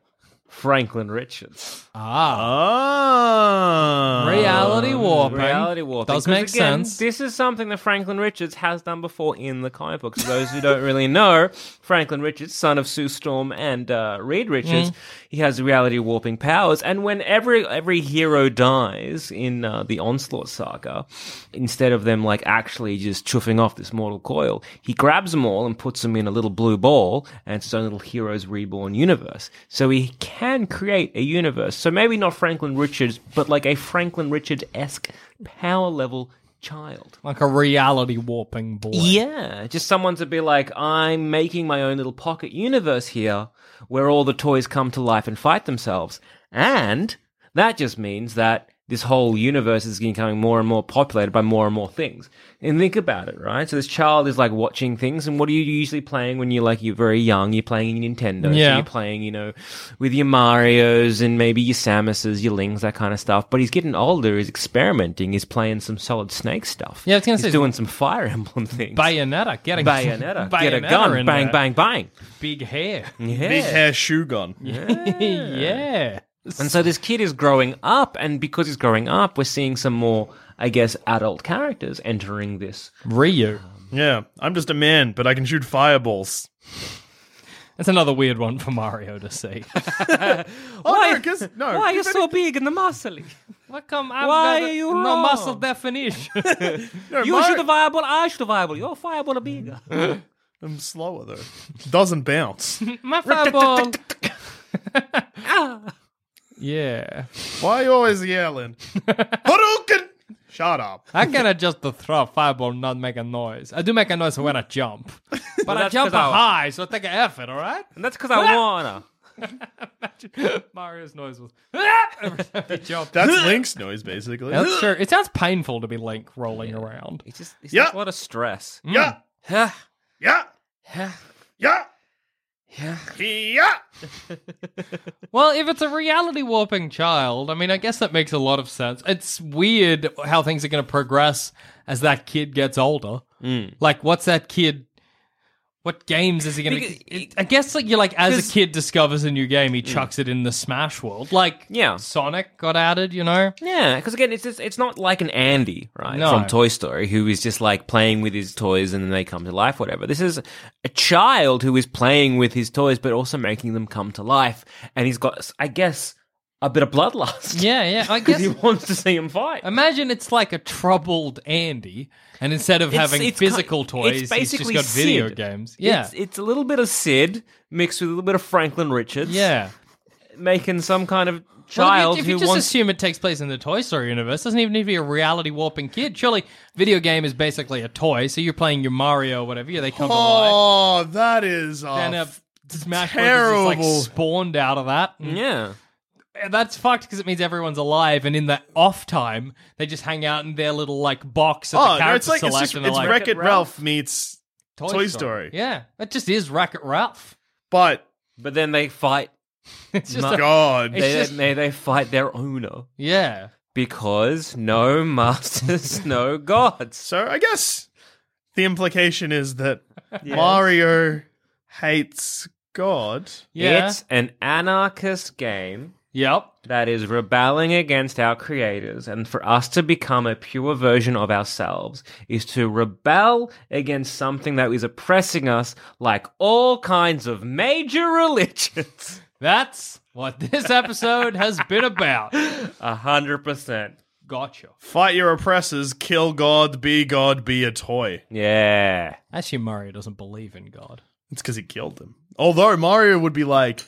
[SPEAKER 1] Franklin Richards.
[SPEAKER 3] ah
[SPEAKER 2] Oh.
[SPEAKER 3] reality warping.
[SPEAKER 1] Reality warping
[SPEAKER 3] does
[SPEAKER 1] 'Cause
[SPEAKER 3] make
[SPEAKER 1] again,
[SPEAKER 3] sense.
[SPEAKER 1] This is something that Franklin Richards has done before in the comic books. For those who don't really know, Franklin Richards, son of Sue Storm and uh, Reed Richards, he has reality warping powers. And when every every hero dies in uh, the Onslaught saga, instead of them like actually just chuffing off this mortal coil, he grabs them all and puts them in a little blue ball, and it's his own little heroes reborn universe. So he can create a universe. So maybe not Franklin Richards, but like a Franklin Richards esque power level child.
[SPEAKER 3] like a reality warping boy.
[SPEAKER 1] Yeah, just someone to be like, I'm making my own little pocket universe here where all the toys come to life and fight themselves. And that just means that this whole universe is becoming more and more populated by more and more things. And think about it, right? So this child is like watching things and what are you usually playing when you're like you're very young, you're playing Nintendo, so
[SPEAKER 3] Yeah.
[SPEAKER 1] you're playing, you know, with your Marios and maybe your Samuses, your Lings, that kind of stuff. But he's getting older, he's experimenting, he's playing some solid snake stuff.
[SPEAKER 3] Yeah, I was gonna
[SPEAKER 1] He's
[SPEAKER 3] say-
[SPEAKER 1] doing some Fire Emblem things.
[SPEAKER 3] Bayonetta getting
[SPEAKER 1] Bayonetta. Get a
[SPEAKER 3] Bayonetta
[SPEAKER 1] gun.
[SPEAKER 3] in
[SPEAKER 1] Bang,
[SPEAKER 3] there.
[SPEAKER 1] bang, bang.
[SPEAKER 3] big hair.
[SPEAKER 1] Yeah.
[SPEAKER 2] Big hair shoe gun.
[SPEAKER 3] yeah.
[SPEAKER 1] And so this kid is growing up, and because he's growing up, we're seeing some more, I guess, adult characters entering this.
[SPEAKER 3] Ryu.
[SPEAKER 2] Yeah, I'm just a man, but I can shoot fireballs.
[SPEAKER 3] That's another weird one for Mario to see.
[SPEAKER 2] Why? Oh, No, 'cause- no,
[SPEAKER 1] Why are you so big in the muscle?
[SPEAKER 3] what come? I've
[SPEAKER 1] Why
[SPEAKER 3] got
[SPEAKER 1] are
[SPEAKER 3] a-
[SPEAKER 1] you
[SPEAKER 3] no
[SPEAKER 1] wrong?
[SPEAKER 3] muscle definition?
[SPEAKER 2] no,
[SPEAKER 1] You
[SPEAKER 2] Mar-
[SPEAKER 1] should viable, I should viable. Your fireball are bigger.
[SPEAKER 2] I'm slower though. Doesn't bounce.
[SPEAKER 3] My fireball.
[SPEAKER 2] Ah.
[SPEAKER 3] yeah,
[SPEAKER 2] Why you always yelling? Hadouken! Shut up.
[SPEAKER 3] I can adjust the throw of fireball, not make a noise. I do make a noise when I jump, but I
[SPEAKER 1] that's
[SPEAKER 3] jump
[SPEAKER 1] 'cause I-
[SPEAKER 3] high, so take an effort. All right.
[SPEAKER 1] And that's because I wanna.
[SPEAKER 3] Mario's noise was every time he jumped.
[SPEAKER 2] That's Link's noise, basically.
[SPEAKER 3] Yeah, that's true. It sounds painful to be Link rolling around. Mm.
[SPEAKER 1] It's just it's
[SPEAKER 2] Yeah.
[SPEAKER 1] just a lot of stress.
[SPEAKER 2] Yeah,
[SPEAKER 1] Huh.
[SPEAKER 2] yeah,
[SPEAKER 1] Huh.
[SPEAKER 2] yeah,
[SPEAKER 1] Yeah.
[SPEAKER 2] yeah.
[SPEAKER 3] Well, if it's a reality warping child, I mean, I guess that makes a lot of sense. It's weird how things are going to progress as that kid gets older.
[SPEAKER 1] Mm.
[SPEAKER 3] Like, what's that kid? What games is he going
[SPEAKER 1] Because
[SPEAKER 3] to?
[SPEAKER 1] it-
[SPEAKER 3] I guess like you're like as a
[SPEAKER 1] 'cause- Mm.
[SPEAKER 3] kid discovers a new game, he chucks it in the Smash world. Like,
[SPEAKER 1] Yeah.
[SPEAKER 3] Sonic got added, you know.
[SPEAKER 1] Yeah, because again, it's just, it's not like an Andy, right,
[SPEAKER 3] No.
[SPEAKER 1] from Toy Story, who is just like playing with his toys and then they come to life, whatever. This is a child who is playing with his toys, but also making them come to life, and he's got, I guess, a bit of bloodlust.
[SPEAKER 3] Yeah, yeah. I
[SPEAKER 1] because
[SPEAKER 3] guess.
[SPEAKER 1] he wants to see him fight.
[SPEAKER 3] Imagine it's like a troubled Andy, and instead of
[SPEAKER 1] It's-
[SPEAKER 3] having
[SPEAKER 1] it's ki-
[SPEAKER 3] physical
[SPEAKER 1] it's
[SPEAKER 3] toys, he's just
[SPEAKER 1] basically
[SPEAKER 3] got video
[SPEAKER 1] Sid.
[SPEAKER 3] games. Yeah,
[SPEAKER 1] It's, it's a little bit of Sid mixed with a little bit of Franklin Richards.
[SPEAKER 3] yeah.
[SPEAKER 1] making some kind of
[SPEAKER 3] Well, if you-
[SPEAKER 1] child
[SPEAKER 3] if you,
[SPEAKER 1] who
[SPEAKER 3] just
[SPEAKER 1] wants.
[SPEAKER 3] assume it takes place in the Toy Story universe, doesn't even need to be a reality warping kid. Surely, video game is basically a toy, so you're playing your Mario, or whatever. Yeah, they come to life.
[SPEAKER 2] Oh, that is
[SPEAKER 3] And a
[SPEAKER 2] off.
[SPEAKER 3] Smash Bros. is just,
[SPEAKER 2] terrible.
[SPEAKER 3] like spawned out of that.
[SPEAKER 1] yeah.
[SPEAKER 3] And That's fucked because it means everyone's alive, and in the off time, they just hang out in their little like box at
[SPEAKER 2] Oh,
[SPEAKER 3] the
[SPEAKER 2] no,
[SPEAKER 3] character
[SPEAKER 2] it's like it's,
[SPEAKER 3] select,
[SPEAKER 2] just,
[SPEAKER 3] and they're
[SPEAKER 2] it's
[SPEAKER 3] like
[SPEAKER 2] Wreck It Ralph meets Toy, Story.
[SPEAKER 3] Yeah, that just is Wreck It Ralph.
[SPEAKER 2] But
[SPEAKER 1] But then they fight.
[SPEAKER 3] It's just a,
[SPEAKER 2] God,
[SPEAKER 1] They,
[SPEAKER 3] just-
[SPEAKER 1] they, they fight their owner
[SPEAKER 3] yeah.
[SPEAKER 1] because no masters, no gods.
[SPEAKER 2] so I guess the implication is that Mario hates God.
[SPEAKER 3] Yeah.
[SPEAKER 1] It's an anarchist game
[SPEAKER 3] Yep.
[SPEAKER 1] That is rebelling against our creators. And for us to become a pure version of ourselves is to rebel against something that is oppressing us, like all kinds of major religions.
[SPEAKER 3] That's what this episode has been about.
[SPEAKER 1] A hundred percent.
[SPEAKER 3] Gotcha.
[SPEAKER 2] Fight your oppressors, kill God, be God, be a toy.
[SPEAKER 1] Yeah.
[SPEAKER 3] Actually, Mario doesn't believe in God.
[SPEAKER 2] It's because he killed them. Although Mario would be like,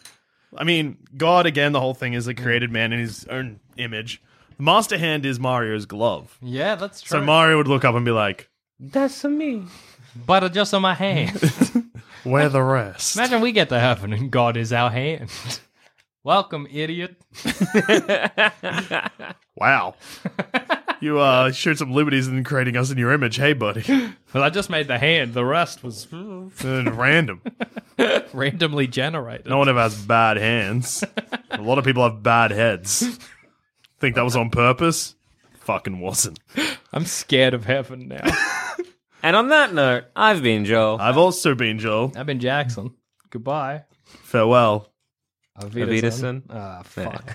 [SPEAKER 2] I mean, God again. The whole thing is a
[SPEAKER 3] Mm.
[SPEAKER 2] created man in his own image. Master Hand is Mario's glove.
[SPEAKER 3] Yeah, that's
[SPEAKER 2] So Mario would look up and be like,
[SPEAKER 1] That's me.
[SPEAKER 3] Butter just on my hand.
[SPEAKER 2] "Where the rest?"
[SPEAKER 3] Imagine we get to heaven and God is our hand. Welcome, idiot.
[SPEAKER 2] Wow. you uh, shared some liberties in creating us in your image, hey buddy.
[SPEAKER 3] Well, I just made the hand. The rest was
[SPEAKER 2] And random.
[SPEAKER 3] randomly generated.
[SPEAKER 2] No one ever has bad hands. A lot of people have bad heads. Think that was on purpose? Fucking wasn't.
[SPEAKER 3] I'm scared of heaven now.
[SPEAKER 1] And on that note, I've been Joel.
[SPEAKER 2] I've also been Joel.
[SPEAKER 3] I've been Jackson. Goodbye.
[SPEAKER 2] Farewell.
[SPEAKER 1] Avitason.
[SPEAKER 3] Ah, fuck.